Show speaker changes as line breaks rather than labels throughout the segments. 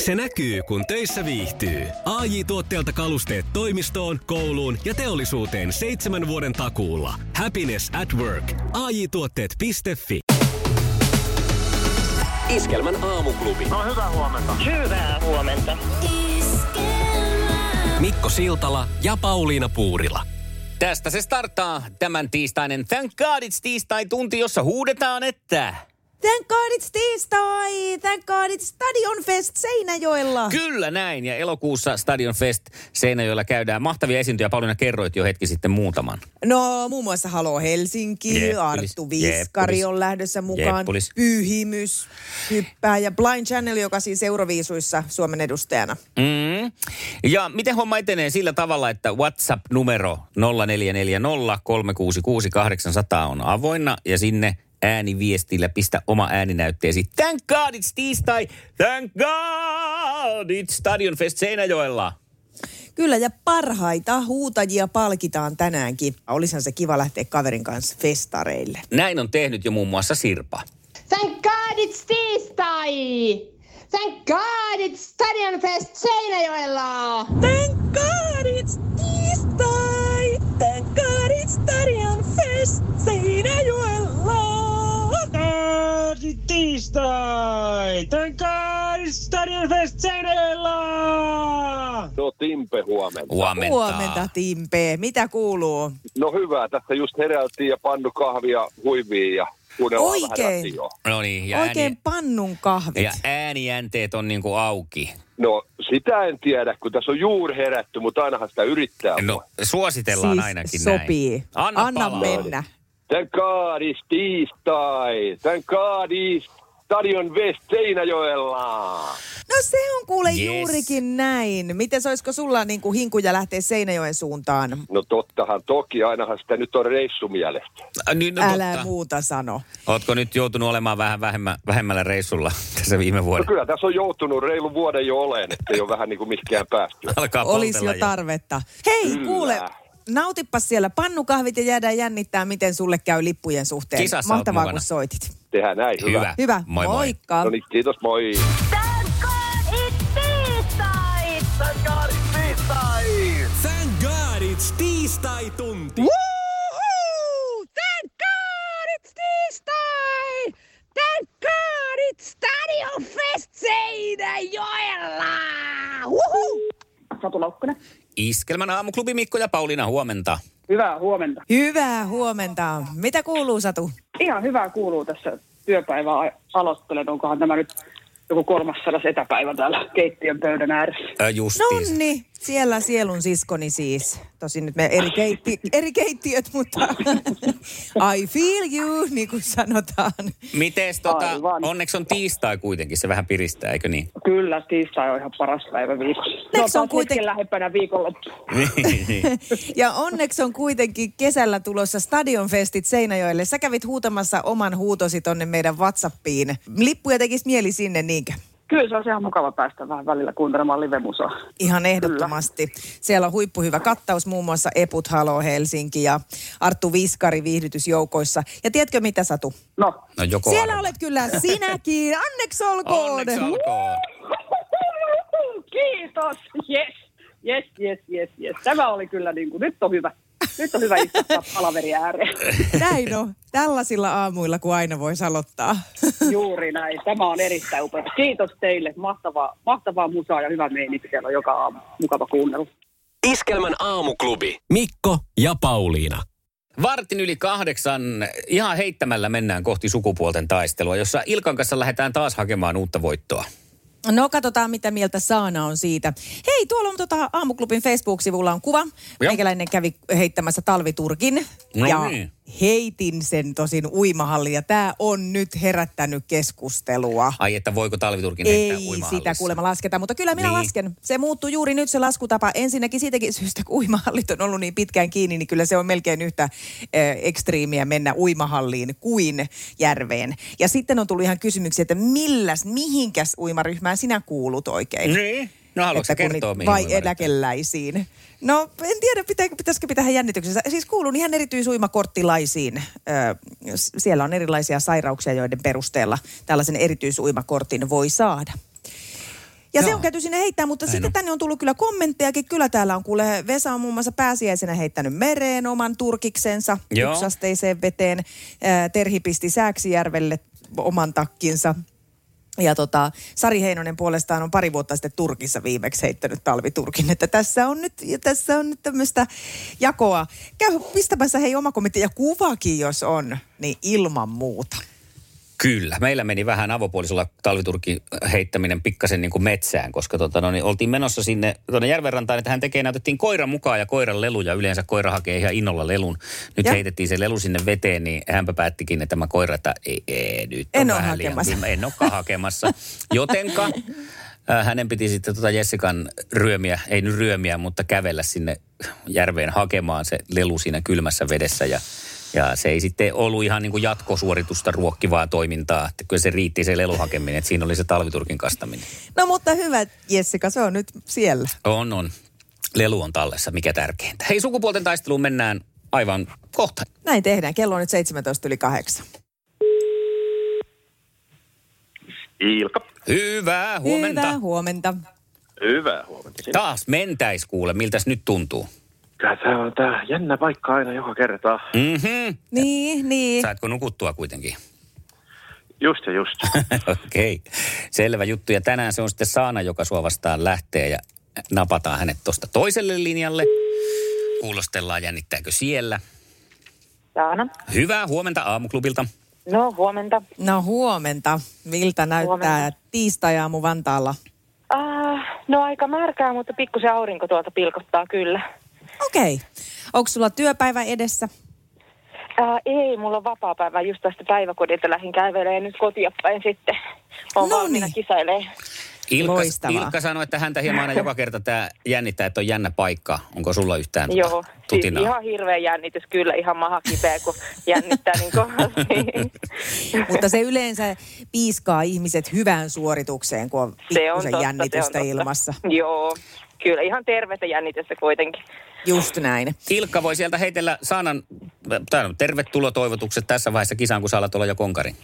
Se näkyy, kun töissä viihtyy. ai tuotteelta kalusteet toimistoon, kouluun ja teollisuuteen seitsemän vuoden takuulla. Happiness at work. ai tuotteetfi Iskelmän aamuklubi.
No hyvää huomenta.
Hyvää huomenta.
Mikko Siltala ja Pauliina Puurila.
Tästä se starttaa tämän tiistainen Thank God it's tiistai-tunti, jossa huudetaan, että...
Thank God it's tiistai! Thank God it's Stadion Fest Seinäjoella!
Kyllä näin, ja elokuussa Stadion Fest Seinäjoella käydään mahtavia esiintyjä. Paulina kerroit jo hetki sitten muutaman.
No, muun muassa Halo Helsinki,
Jeppulis,
yep, Arttu Viskari
jeppulis,
on lähdössä mukaan,
jeppulis.
Pyhimys, Hyppää ja Blind Channel, joka siis Euroviisuissa Suomen edustajana.
Mm. Ja miten homma etenee sillä tavalla, että WhatsApp-numero 0440 366 800 on avoinna ja sinne ääniviestillä pistä oma ääninäytteesi. Thank God it's tiistai! Thank God it's Stadion Fest Seinäjoella!
Kyllä, ja parhaita huutajia palkitaan tänäänkin. Olisihan se kiva lähteä kaverin kanssa festareille.
Näin on tehnyt jo muun muassa Sirpa.
Thank God it's tiistai! Thank God it's Stadion Fest Seinäjoella!
Thank God it's tiistai! Thank God it's Tarjan fest Seinäjoella!
Tiistai! Thank God it's Stadion Fest Seinäjoella!
No Timpe huomenta.
Huomenta.
Huomenta, Timpe. Mitä kuuluu?
No hyvä, tässä just heräiltiin ja pannu kahvia huiviin ja kuunnellaan vähän
Oikein.
radioa.
No niin, ja,
Oikein
ääni,
pannun kahvit.
ja äänijänteet on niinku auki.
No sitä en tiedä, kun tässä on juuri herätty, mutta ainahan sitä yrittää.
No,
voi.
suositellaan
Siis
ainakin
sopii.
näin. Anna,
Anna
palaa.
mennä.
Thank God it's tiistai! Thank God it's Stadion West Seinäjoella!
No se on kuule
Yes.
yes. juurikin näin. Miten olisiko sulla niin kuin hinkuja lähteä Seinäjoen suuntaan?
No tottahan toki, ainahan sitä nyt on reissumielestä.
Äh, Niin, no,
No, Älä
totta.
muuta sano.
Ootko nyt joutunut olemaan vähän vähemmä, vähemmällä reissulla tässä viime
No
vuonna?
kyllä tässä on joutunut reilu vuoden jo oleen, että ei ole vähän niin kuin mihinkään päästy.
Alkaa
Olisi jo
poltella
tarvetta. Hei,
Kyllä.
kuule, nautipas siellä pannukahvit ja jäädään jännittää, miten sulle käy lippujen suhteen.
Kisassa oot
Mahtavaa,
mukana.
kun soitit.
Tehdään näin, hyvä.
Hyvä.
Hyvä,
Moi moi.
moikka.
No niin, kiitos, moi.
Thank God it's tiistai!
Thank God it's tiistai-tunti.
Woohoo! Thank God it's tiistai! Thank God it's Stadion fest Seinäjoella! Woohoo!
Satu Laukkunen.
Iskelmän aamuklubi Mikko ja Pauliina, huomenta.
Hyvää huomenta.
Hyvää huomenta. Mitä kuuluu, Satu?
Ihan hyvää kuuluu tässä työpäivää a- aloittelen. Onkohan tämä nyt joku 300 etäpäivä täällä keittiön pöydän ääressä.
Ö,
No
justiis.
Nonni, siellä sielun siskoni siis. Tosin nyt me eri, keitti, eri keittiöt, mutta I feel you, niin kuin sanotaan.
Mites tota,
Aivan.
onneksi on tiistai kuitenkin, se vähän piristää, eikö niin?
Kyllä, tiistai on ihan paras päivä viikossa.
on
taas
kuitenkin-
hetken lähempänä viikonloppu.
Ja onneksi on kuitenkin kesällä tulossa stadionfestit Seinäjoelle. Sä kävit huutamassa oman huutosi tonne meidän WhatsAppiin. Lippuja tekisi mieli sinne niinkö?
Kyllä se on ihan mukava päästä vähän välillä kuuntelemaan livemusaa.
Ihan ehdottomasti. Kyllä. Siellä on huippuhyvä kattaus, muun muassa Eput Halo Helsinki ja Arttu Viskari viihdytysjoukoissa. Ja tiedätkö mitä Satu?
No,
No joko
Siellä
arvo.
olet kyllä sinäkin. Onneksi olkoon.
Onneksi olkoon.
kiitos. Yes. Yes, yes, yes, yes. Tämä oli kyllä niin kuin, nyt on hyvä. Nyt on hyvä istuttaa palaveri ääreen.
Näin on. Tällaisilla aamuilla, kun aina voisi aloittaa.
Juuri näin. Tämä on erittäin upea. Kiitos teille. Mahtavaa, mahtavaa musaa ja hyvä meininki siellä on joka aamu. Mukava kuunnella.
Iskelmän aamuklubi. Mikko ja Pauliina.
Vartin yli kahdeksan, ihan heittämällä mennään kohti sukupuolten taistelua, jossa Ilkan kanssa lähdetään taas hakemaan uutta voittoa.
No katsotaan, mitä mieltä Saana on siitä. Hei, tuolla on tota aamuklubin Facebook-sivulla on kuva.
Joo.
Meikäläinen kävi heittämässä talviturkin.
No
ja
niin.
heitin sen tosin uimahalliin ja tämä on nyt herättänyt keskustelua.
Ai että voiko talviturkin heittää
Ei sitä
uimahallissa?
kuulemma lasketa, mutta kyllä minä
Niin.
niin. lasken. Se muuttuu juuri nyt se laskutapa. Ensinnäkin siitäkin syystä, kun uimahallit on ollut niin pitkään kiinni, niin kyllä se on melkein yhtä ö, ekstriimiä mennä uimahalliin kuin järveen. Ja sitten on tullut ihan kysymyksiä, että milläs, mihinkäs uimaryhmään sinä kuulut oikein?
Niin? No haluatko sä
Että kun
kertoa,
niitä-
mihin
Vai
uimarit-
eläkeläisiin? No en tiedä, pitääkö, pitäisikö pitää jännityksessä. Siis kuulun ihan erityisuimakorttilaisiin. Ö, s- siellä on erilaisia sairauksia, joiden perusteella tällaisen erityisuimakortin voi saada. Ja Joo. se
Joo.
on käyty sinne heittää, mutta
Näin
sitten
on.
tänne on tullut kyllä kommenttejakin. Kyllä täällä on kuule, Vesa on muun muassa pääsiäisenä heittänyt mereen oman turkiksensa
Joo.
yksiasteiseen veteen. Ää, Terhi pisti Sääksijärvelle oman takkinsa. Ja tota, Sari Heinonen puolestaan on pari vuotta sitten Turkissa viimeksi heittänyt talviturkin. Että tässä on nyt, ja tässä on nyt tämmöistä jakoa. Käy pistämässä hei oma komitea ja kuvakin, jos on, niin ilman muuta.
Kyllä. Meillä meni vähän avopuolisolla talviturkin heittäminen pikkasen niin kuin metsään, koska tota, no, niin oltiin menossa sinne tuonne järvenrantaan, että hän tekee, näytettiin koiran mukaan ja koiran leluja. Yleensä koira hakee ihan innolla lelun. Nyt
Ja.
ja. heitettiin se lelu sinne veteen, niin hänpä päättikin, että tämä koira, että ei, ei nyt
En
on
ole
vähän liian
hakemassa.
kylmä. En olekaan hakemassa. Jotenka äh, hänen piti sitten tota Jessikan ryömiä, ei nyt ryömiä, mutta kävellä sinne järveen hakemaan se lelu siinä kylmässä vedessä ja ja se ei sitten ollut ihan niin kuin jatkosuoritusta ruokkivaa toimintaa. Että kyllä se riitti se lelu hakeminen, että siinä oli se talviturkin kastaminen.
No mutta hyvä Jessica, se on nyt siellä.
On, on. Lelu on tallessa, mikä tärkeintä. Hei, sukupuolten taisteluun mennään aivan kohta.
Näin tehdään. Kello on nyt 17 yli kahdeksan.
Ilkka.
Hyvää huomenta.
Hyvää huomenta.
Hyvää huomenta. sinne.
Taas mentäis kuule, miltäs nyt tuntuu?
Tää, tää on tää jännä paikka aina joka kerta.
Mhm.
Niin, niin.
Saatko nukuttua kuitenkin?
Just ja just.
Okei, okay. selvä juttu. Ja tänään se on sitten Saana, joka sua vastaan lähtee ja napataan hänet tuosta toiselle linjalle. Kuulostellaan, jännittääkö siellä.
Saana.
Hyvää huomenta aamuklubilta.
No, huomenta.
No huomenta. Miltä näyttää
Huomenta.
tiistai-aamu Vantaalla?
Ah, no aika märkää, mutta pikkusen aurinko tuolta pilkottaa kyllä.
Okei. Okay. Onko sulla työpäivä edessä?
Ah, ei, mulla on vapaa päivä just tästä päiväkodilta lähin kävelee nyt kotia päin sitten. On
No
valmiina
niin.
kisailee.
Ilkka,
Loistavaa.
Ilkka sanoi, että häntä hieman aina joka kerta tämä jännittää, että on jännä paikka. Onko sulla yhtään tuota
Joo, siis
tutinaa?
ihan hirveä jännitys kyllä, ihan maha kipeä, kun jännittää niin kovasti.
Mutta se yleensä piiskaa ihmiset hyvään suoritukseen, kun on
se on
pikkusen
totta,
jännitystä
se on totta.
ilmassa.
Joo, kyllä ihan terve se jännitystä kuitenkin.
Just näin.
Ilkka voi sieltä heitellä Saanan, tää on tervetuloa toivotukset tässä vaiheessa kisaan, kun saa alat olla jo konkari.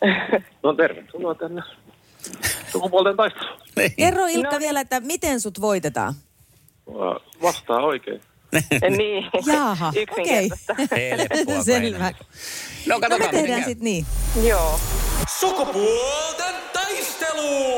No tervetuloa tänne sukupuolten taisteluun.
Kerro Ilkka
niin.
no. vielä, että miten sut voitetaan?
Ää, Vastaa oikein.
niin,
Jaaha, okei.
yksinkertaista.
Helppoa
Selvä.
päivää. No
No
katsotaan,
me
miten
tehdään
käy.
sitten niin.
Joo.
Sukupuolten taistelu!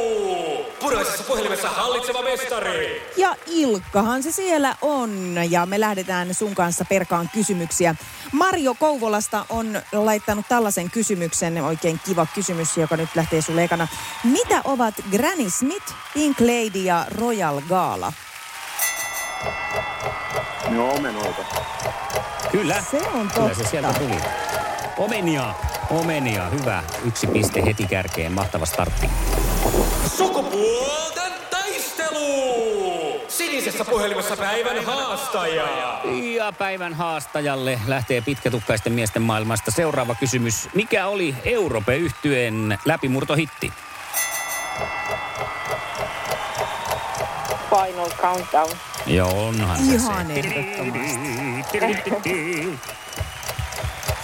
Puraisessa puhelimessa hallitseva mestari.
Ja Ilkkahan se siellä on ja me lähdetään sun kanssa perkaan kysymyksiä. Mario Kouvolasta on laittanut tällaisen kysymyksen, oikein kiva kysymys, joka nyt lähtee sulle ekana. Mitä ovat Granny Smith, Pink Lady ja Royal Gaala?
No omenoita.
Kyllä.
Se on
Kyllä se
totta.
sieltä tuli. Omenia, omenia, hyvä. Yksi piste heti kärkeen, mahtava startti.
Sukupuolten taistelu! Sinisessä puhelimessa päivän haastaja.
Ja päivän haastajalle lähtee pitkätukkaisten miesten maailmasta seuraava kysymys. Mikä oli Europe yhtyeen läpimurtohitti?
Final Countdown.
Joo, onhan se
Ihan
se.
ehdottomasti.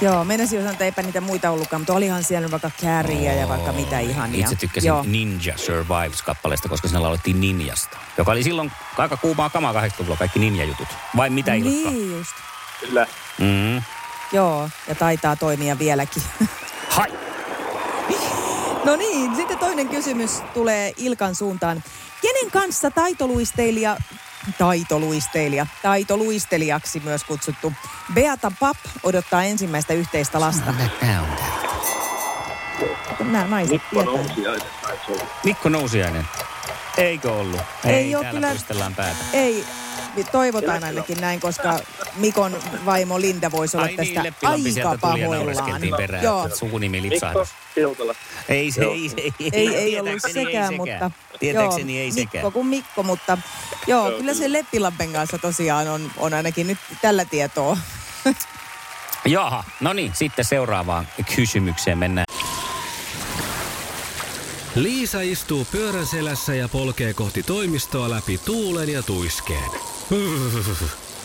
Joo, meinasin jo sanoa, että eipä niitä muita ollutkaan, mutta olihan siellä vaikka Carrie ja vaikka mitä ihania.
Itse tykkäsin
Joo.
Ninja Survives-kappaleesta, koska siinä laulettiin ninjasta, joka oli silloin aika kuumaa kamaa 80-luvulla, kaikki ninja-jutut. Vai mitä Ilkka?
Niin just.
Kyllä.
Mm.
Joo, ja taitaa toimia vieläkin.
Hai!
No niin, sitten toinen kysymys tulee Ilkan suuntaan. Kenen kanssa taitoluistelija, taitoluistelija, taitoluistelijaksi myös kutsuttu Beata Pap odottaa ensimmäistä yhteistä lasta?
Tää on tää.
Nämä naiset
Mikko
tietää.
nousi aina taisi olla.
Mikko Nousiainen. Eikö ollut?
Ei
Ei,
oo
täällä
kyllä-
puistellaan päätä.
Ei, me toivotaan ainakin näin, koska Mikon vaimo Linda voisi olla
Ai
tästä
niin, Leppilampi sieltä
aika
tuli ja
pahoillaan.
naureskeltiin perään.
Joo,
että Sukunimi
Mikko
lipsahdus.
Siltala.
Ei se, ei, se, ei,
ei, ei
tietääkseni
ollut sekään, mutta...
Tietääkseni ei sekään.
Mikko kuin Mikko, mutta joo, kyllä se Leppilampen kanssa tosiaan on, on ainakin nyt tällä tietoa.
Jaha, no niin, sitten seuraavaan kysymykseen mennään.
Liisa istuu pyörän selässä ja polkee kohti toimistoa läpi tuulen ja tuiskeen.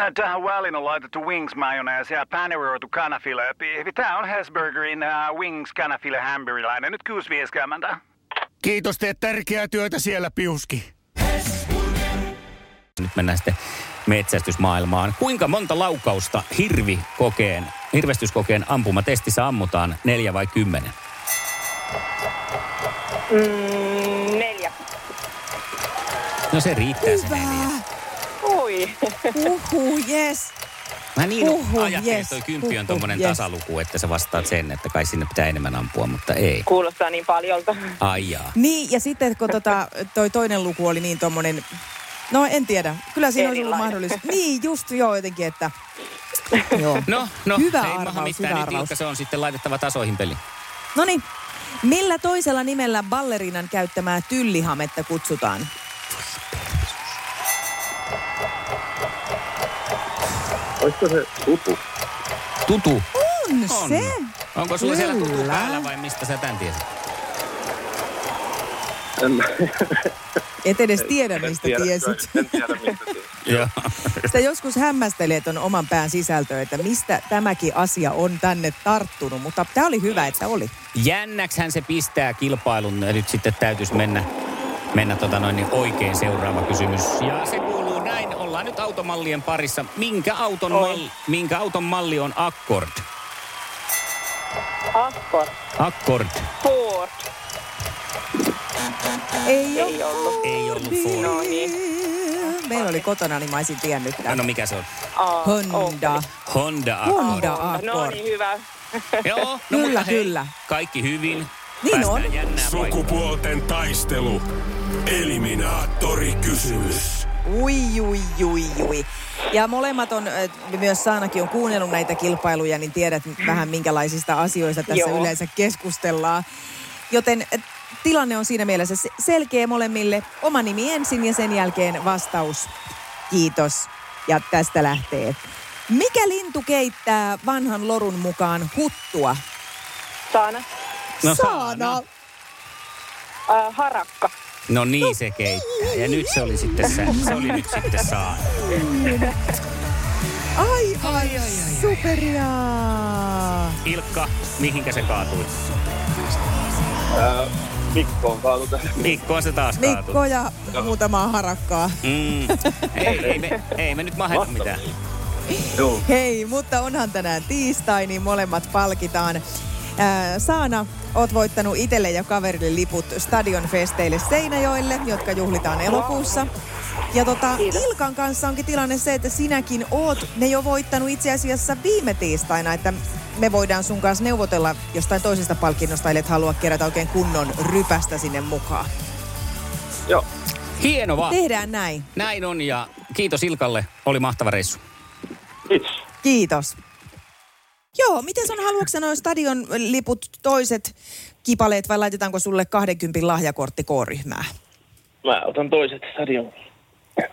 Äh, Tähän väliin on laitettu wings mayonnaise ja paneroitu kanafila. Tämä on Hesburgerin uh, wings kanafila hamburilainen. Nyt kuusi vieskäämäntä.
Kiitos, teet tärkeää työtä siellä, Piuski.
Nyt mennään sitten metsästysmaailmaan. Kuinka monta laukausta hirvi kokeen, hirvestyskokeen ampumatestissä ammutaan? Neljä vai kymmenen?
Mm, neljä.
No se riittää se neljä.
Ui.
Uhu, yes.
Mä niin
Uhu,
Uhu, ajattelin,
yes.
että toi kymppi on
Uhu,
tommonen
yes.
tasaluku, että sä vastaat sen, että kai sinne pitää enemmän ampua, mutta ei.
Kuulostaa niin paljolta.
Ai jaa.
Niin, ja sitten kun tota, toi toinen luku oli niin tommonen, no en tiedä, kyllä siinä olisi ollut
Erilainen.
mahdollisuus. Niin, just joo jotenkin, että Joo.
No, no,
Hyvä
ei maha
arvaus,
mitään,
hyvä
niin
arvaus.
tiukka se on sitten laitettava tasoihin peli.
no niin. Millä toisella nimellä ballerinan käyttämää tyllihametta kutsutaan?
Olisiko se tutu?
Tutu?
On, No se.
Onko sulla siellä tutu
Kyllä.
päällä vai mistä sä tän tiesit?
Et edes tiedä, mistä tiesit.
Joo.
Sitä joskus hämmästelee ton oman pään sisältöä, että mistä tämäkin asia on tänne tarttunut, mutta tämä oli hyvä, että oli.
Jännäkshän se pistää kilpailun ja nyt sitten täytyisi mennä, mennä tota noin, niin oikein seuraava kysymys. Ja se kuuluu näin, ollaan nyt automallien parissa. Minkä auton, malli, minkä auton malli on Accord?
Akkord.
Accord.
Ford.
Ei
ole ollut.
Ei ollut Ford.
No niin.
Meillä oli kotona, niin mä olisin tiennyt tämän.
No mikä se on?
Aa, Oh,
Honda.
Honda Accord.
Honda
No
Accord.
niin, hyvä.
Joo, no
Kyllä,
mutta hei,
kyllä.
Kaikki hyvin.
Niin
Päästään
on.
jännään
Sukupuolten taistelu. Eliminaattori kysymys.
Ui, ui, ui, ui. Ja molemmat on, ö, myös Saanakin on kuunnellut näitä kilpailuja, niin tiedät vähän minkälaisista asioista tässä
Joo.
yleensä keskustellaan. Joten ö, tilanne on siinä mielessä se- selkeä molemmille. Oma nimi ensin ja sen jälkeen vastaus. Kiitos. Ja tästä lähtee. Mikä lintu keittää vanhan lorun mukaan huttua?
Saana.
No,
Saana.
Äh, harakka.
No niin se keittää. Ja nyt se oli sitten sä. Se oli nyt sitten saa.
Aivan superiaa.
Ilkka, mihinkä se kaatui?
Äh, Mikko on kaalu tässä.
Mikkoon se taas kaatui.
Mikko ja muutamaa harakkaa.
Mm. Ei, ei, me, ei me nyt maheta mitään.
Joo.
Hei, mutta onhan tänään tiistai, niin molemmat palkitaan. Ää, Saana, oot voittanut itelle ja kaverille liput stadionfesteille Seinäjoelle, jotka juhlitaan elokuussa. Ja tota, Ilkan kanssa onkin tilanne se, että sinäkin oot ne jo voittanut itse asiassa viime tiistaina, että me voidaan sun kanssa neuvotella jostain toisesta palkinnosta, et halua kerätä oikein kunnon rypästä sinne mukaan.
Joo.
Hieno vaan.
Tehdään näin.
Näin on ja kiitos Ilkalle. Oli mahtava reissu.
Kiitos. Joo, miten on, haluatko sä noin stadion liput toiset kipaleet vai laitetaanko sulle 20 lahjakortti K-ryhmää?
Mä otan toiset stadion.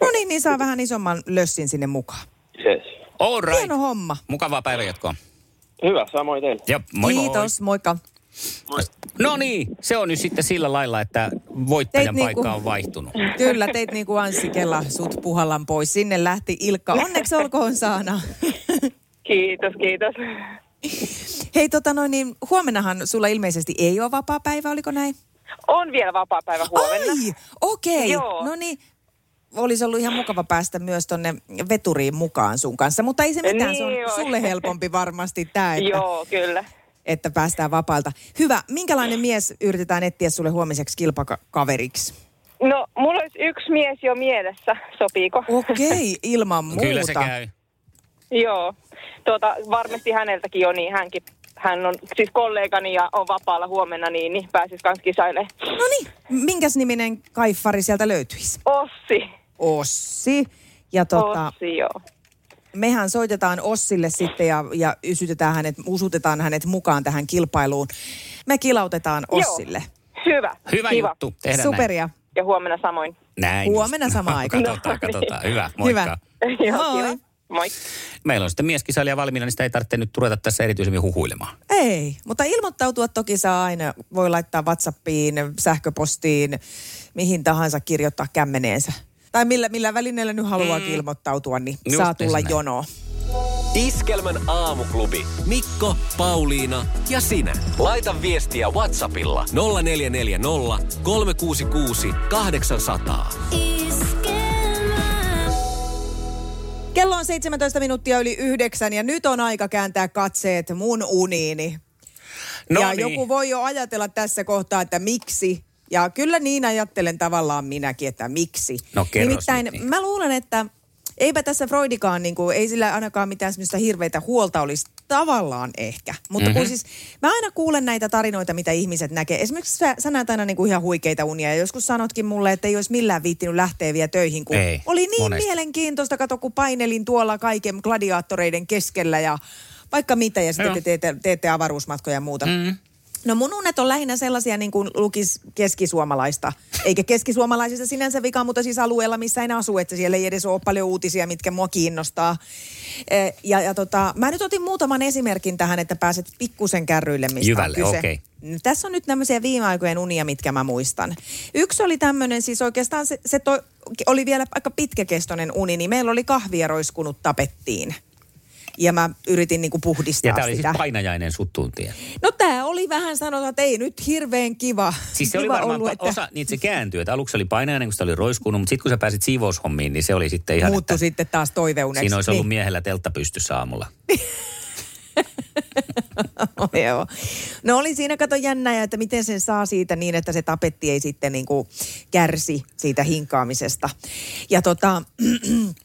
No niin, niin saa vähän isomman lössin sinne mukaan.
Yes.
All right.
Hieno homma.
Mukavaa päivänjatkoa.
Hyvä, samoin teille.
Ja moi
Kiitos, moikka.
Moi. No niin, se on nyt sitten sillä lailla, että
Teit
voittajan
niinku-
paikka on vaihtunut.
Kyllä, teit niin kuin Anssi Kella, sut puhallan pois. Sinne lähti Ilkka. Onneksi olkoon Saana.
Kiitos, kiitos.
Hei, tota noin, niin huomennahan sulla ilmeisesti ei ole vapaa päivä, oliko näin?
On vielä vapaa päivä huomenna.
Ai, okei.
Joo.
No niin, olisi ollut ihan mukava päästä myös tonne veturiin mukaan sun kanssa, mutta ei se mitään, se on
Niin olisi.
sulle helpompi varmasti tämä, että,
Joo, kyllä.
että päästään vapaalta. Hyvä, minkälainen mies yritetään etsiä sulle huomiseksi kilpakaveriksi?
No, mulla olisi yksi mies jo mielessä, sopiiko?
Oh. Okei, ilman muuta.
No Kyllä se käy.
Joo. Tuota, varmasti häneltäkin on niin, hänkin, hän on siis kollegani ja on vapaalla huomenna, niin, niin pääsis kans kisailemaan.
No niin, minkäs niminen kaiffari sieltä löytyisi?
Ossi.
Ossi. Ja tota,
Ossi, joo.
mehän soitetaan Ossille sitten ja, ja ysytetään hänet, usutetaan hänet mukaan tähän kilpailuun. Me kilautetaan Ossille.
Hyvä.
Hyvä
Kiva.
juttu. Tehdään näin.
Superia.
ja huomenna samoin.
Näin
Huomenna sama aikaan.
Katsotaan, katsotaan. Hyvä, moikka.
Hyvä.
Joo, kiva. Moi.
Meillä on sitten mieskisailija valmiina, niin sitä ei tarvitse nyt tureta tässä erityisemmin huhuilemaan.
Ei, mutta ilmoittautua toki saa aina. Voi laittaa WhatsAppiin, sähköpostiin, mihin tahansa kirjoittaa kämmeneensä. Tai millä, millä välineellä nyt haluaa mm. ilmoittautua, niin
Just
saa tulla
näin.
jonoon.
Iskelmän aamuklubi. Mikko, Pauliina ja sinä. Laita viestiä Whatsappilla 0440 366 800.
Kello on 17 minuuttia yli yhdeksän ja nyt on aika kääntää katseet mun uniini.
No
ja
niin.
joku voi jo ajatella tässä kohtaa, että miksi. Ja kyllä niin ajattelen tavallaan minäkin, että miksi.
No kerros
Nimittäin
nyt
mä luulen, että eipä tässä Freudikaan, niin kuin, ei sillä ainakaan mitään semmoista hirveitä huolta olisi tavallaan ehkä. Mutta mm-hmm. kun
Mhm.
siis, mä aina kuulen näitä tarinoita, mitä ihmiset näkee. Esimerkiksi sä, sä näet aina niin kuin ihan huikeita unia. Ja joskus sanotkin mulle, että ei olisi millään viittinyt lähteä vielä töihin, kun
Ei,
oli niin
monesti.
mielenkiintoista. Kato, kun painelin tuolla kaiken gladiaattoreiden keskellä ja vaikka mitä. Ja sitten
Joo.
te teette, teette avaruusmatkoja ja muuta. Mm. No mun unet on lähinnä sellaisia niin kuin lukis keskisuomalaista. Eikä keskisuomalaisista sinänsä vika, mutta siis alueella, missä en asu, että siellä ei edes ole paljon uutisia, mitkä mua kiinnostaa. Eh, Ja, ja tota, mä nyt otin muutaman esimerkin tähän, että pääset pikkusen kärryille, mistä
Jyvälle,
on kyse.
okei.
No, Tässä on nyt tämmöisiä viime aikojen unia, mitkä mä muistan. Yksi oli tämmöinen, siis oikeastaan se, se toi, oli vielä aika pitkäkestoinen uni, niin meillä oli kahvia roiskunut tapettiin. Ja mä yritin niinku puhdistaa
Ja tämä oli
sitä.
siis painajainen suttuuntien.
No tämä oli vähän sanotaan, että ei nyt hirveän kiva.
Siis se oli
kiva
varmaan
ollut,
ollut,
että
osa, niin että se kääntyi. Että aluksi oli painajainen, kun sitä oli roiskunut, mutta sitten kun sä pääsit siivoushommiin, niin se oli sitten ihan,
muuttui sitten taas toiveuneksi.
siinä olisi ollut
niin.
miehellä teltta pystyssä aamulla.
Joo. No oli siinä kato jännää, että miten sen saa siitä niin, että se tapetti ei sitten niin kuin kärsi siitä hinkaamisesta. Ja tota...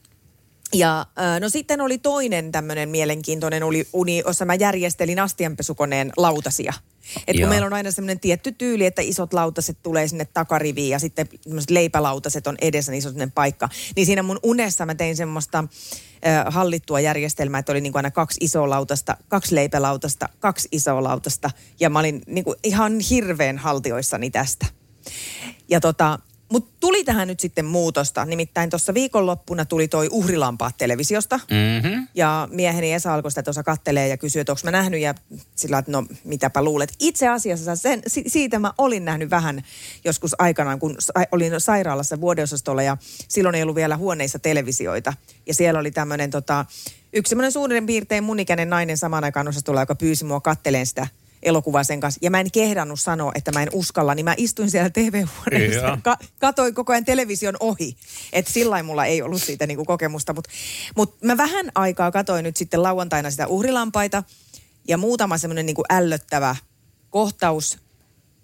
Ja ö, no sitten oli toinen tämmöinen mielenkiintoinen oli uni, jossa mä järjestelin astianpesukoneen lautasia. Et kun
Joo.
meillä on aina semmoinen tietty tyyli, että isot lautaset tulee sinne takariviin ja sitten semmoiset leipälautaset on edessä, niin se on semmoinen paikka. Niin siinä mun unessa mä tein semmoista ö, hallittua järjestelmää, että oli niin kuin aina kaksi isoa lautasta, kaksi leipälautasta, kaksi isoa lautasta. Ja mä olin niin kuin ihan hirveän haltioissani tästä. Ja tota, mutta tuli tähän nyt sitten muutosta. Nimittäin tuossa viikonloppuna tuli toi uhrilampaat televisiosta.
Mm-hmm.
Ja mieheni Esa alkoi sitä tuossa kattelee ja kysyi, että onko mä nähnyt ja sillä lailla, että no mitäpä luulet. Itse asiassa sen, si- siitä mä olin nähnyt vähän joskus aikanaan, kun sa- olin sairaalassa vuodeosastolla ja silloin ei ollut vielä huoneissa televisioita. Ja siellä oli tämmöinen tota, yksi semmoinen suurin piirtein mun ikäinen nainen samaan aikaan osastolla, joka pyysi mua katteleen sitä elokuvaa sen kanssa. Ja mä en kehdannut sanoa, että mä en uskalla, niin mä istuin siellä TV-huoneessa
Joo.
ja ka- katoin koko ajan television ohi. Että sillä lailla mulla ei ollut siitä niinku kokemusta. Mutta mut mä vähän aikaa katoin nyt sitten lauantaina sitä uhrilampaita ja muutama semmoinen niinku ällöttävä kohtaus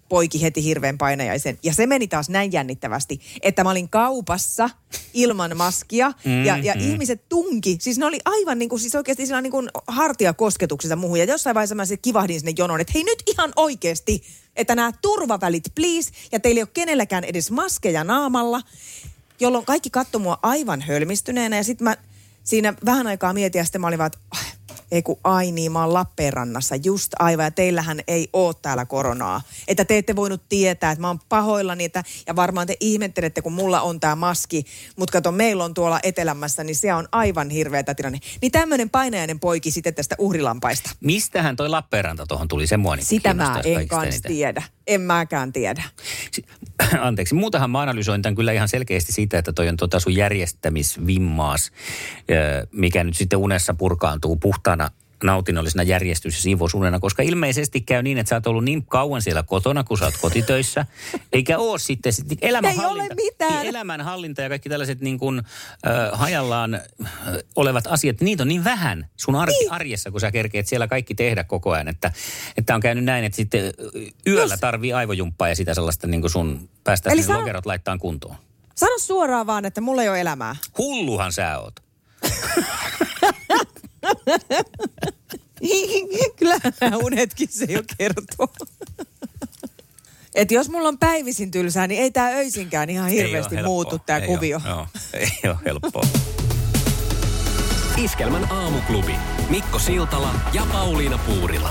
poiki heti hirveän painajaisen. Ja se meni taas näin jännittävästi, että mä olin kaupassa ilman maskia ja, ja
Mhm.
ihmiset tunki. Siis ne oli aivan niin kuin, siis oikeasti sillä niin kuin hartiakosketuksessa muuhun. Ja jossain vaiheessa mä sitten kivahdin sinne jonoon, että hei nyt ihan oikeasti, että nämä turvavälit please. Ja teillä ei ole kenelläkään edes maskeja naamalla, jolloin kaikki katsoi mua aivan hölmistyneenä. Ja sitten mä siinä vähän aikaa mietin ja sitten mä olin vaan, että "Ah, ei kun ai niin, mä oon Lappeenrannassa just aivan ja teillähän ei oo täällä koronaa. Että te ette voinut tietää, että mä oon pahoillani että, ja varmaan te ihmettelette, kun mulla on tää maski. Mutta kato, meillä on tuolla etelämässä, niin se on aivan hirveä tää tilanne. Niin tämmönen painajainen poiki sitten tästä uhrilampaista.
Mistähän toi Lappeenranta tuohon tuli? Se mua niin
Sitä mä
kiinnostaisi
en
kaikista
kans
eniten.
tiedä. En mäkään tiedä.
anteeksi, muutahan mä analysoin tämän kyllä ihan selkeästi siitä, että toi on tota sun järjestämisvimmaas, ö, mikä nyt sitten unessa purkaantuu puhtaana nautinnollisena järjestys- ja siivousunena, koska ilmeisesti käy niin, että sä oot ollut niin kauan siellä kotona, kun sä oot kotitöissä, eikä oo sitten sit elämänhallinta, niin elämänhallinta ja kaikki tällaiset niin kuin, ö, hajallaan ö, olevat asiat, niitä on niin vähän sun ar-
Niin.
arjessa, kun sä kerkeet siellä kaikki tehdä koko ajan, että, että on käynyt näin, että sitten ö, yöllä tarvii aivojumppaa ja sitä sellaista niin kuin sun päästä
Eli
Eli
sano-
lokerot laittaa kuntoon.
Sano suoraan vaan, että mulla ei ole elämää.
Hulluhan sä oot.
Kyllä nämä unetkin se jo kertoo. Et jos mulla on päivisin tylsää, niin ei tämä öisinkään ihan hirveästi muutu tämä kuvio.
Ole, joo, ei ole helppoa.
Iskelmän aamuklubi. Mikko Siltala ja Pauliina Puurila.